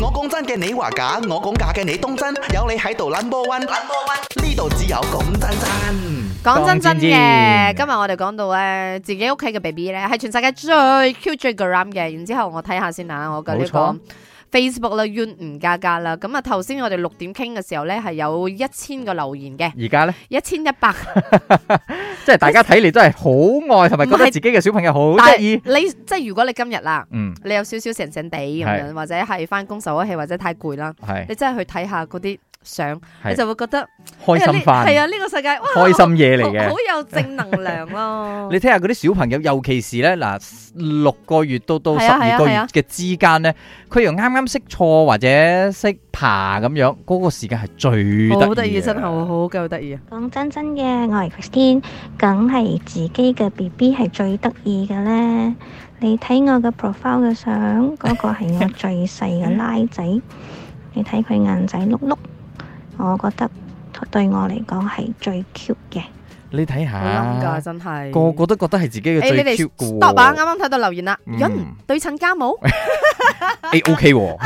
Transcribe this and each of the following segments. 我講真嘅你話假，我講假嘅你當真，有你喺度 number one，number one 呢度只有講真真。講真真講真嘅，真今日我哋講到咧，自己屋企嘅 B B 咧係全世界最 Q 最 gram 嘅。然之後我睇下先啊，我嘅呢冇錯個 Facebook 啦、Yun 吳家家啦。咁啊，頭先我哋六點傾嘅時候咧，係有一千個留言嘅，而家咧，一千一百。即係大家睇嚟真係好愛，同埋覺唔係得自己嘅小朋友好但得係意。你即係如果你今日啦，嗯，你有少少成成地咁樣，係或者係翻工受咗氣，或者太攰啦，係你真係去睇下嗰啲相，係你就會覺得開心翻，係啊，呢個世界哇，開心嘢嚟好嘅好。有正能量啊咯 。你睇下嗰啲小朋友，尤其是咧嗱，六個月到到係十啊係啊二個係月啊嘅之間咧，佢又啱啱識坐或者識爬咁樣，嗰、個時間係最好得意，嘅真係好好夠得意啊！講真真嘅，我係 Christine，梗係自己嘅 B B 係最得意嘅咧。你睇我嘅 profile 嘅相，嗰、個係我最細嘅拉仔，你睇佢眼仔碌碌，我覺得對我嚟講係最 cute 嘅。你睇好冧噶，下，真係啊個個都覺得係自己嘅誒，你最哋 cute 嘅 stop 啊！啱喎。啱睇到留言啦，嗯潤對襯家母， 誒哎 OK 喎，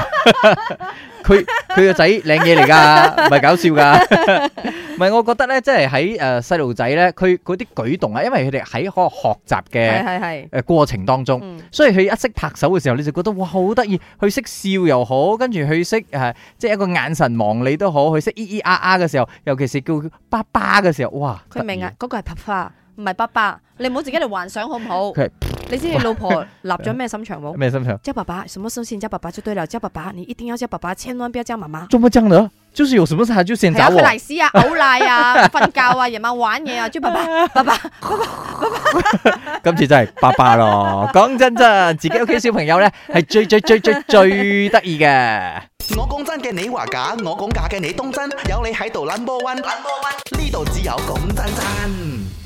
佢佢個仔靚嘢嚟 㗎，唔係搞笑㗎。 唔係，我覺得咧，即係喺誒細路仔咧，佢嗰啲舉動啊，因為佢哋喺嗰個學習係嘅係係，誒過程當中。嗯，所以佢一識拍手嘅時候，你就覺得哇好得意，佢識笑又好，跟住佢識誒，即係一個眼神望你都好，佢識咿咿啊啊嘅時候，尤其是叫佢爸爸嘅時候，哇！佢明得啊意，，嗰個係爸爸，唔係爸爸，你唔好自己嚟幻想好唔好？ 佢係你知你老 婆立咗咩心腸冇？咩心想？叫爸爸，什麼事情叫爸爸就對了，叫爸爸，你一定要叫爸爸，千萬不要叫媽媽。做乜爭呢？就是有什麼事他就先係找啊，我佢。嚟屎啊，嘔奶啊，瞓覺啊，夜晚玩嘢啊，叫爸爸，爸爸，今次真係爸爸咯，講真真，自己屋企小朋友咧係最最最最最得意嘅。我講真嘅你話假，我講假嘅你當真，有你喺度 number one，number one 呢度只有講真真。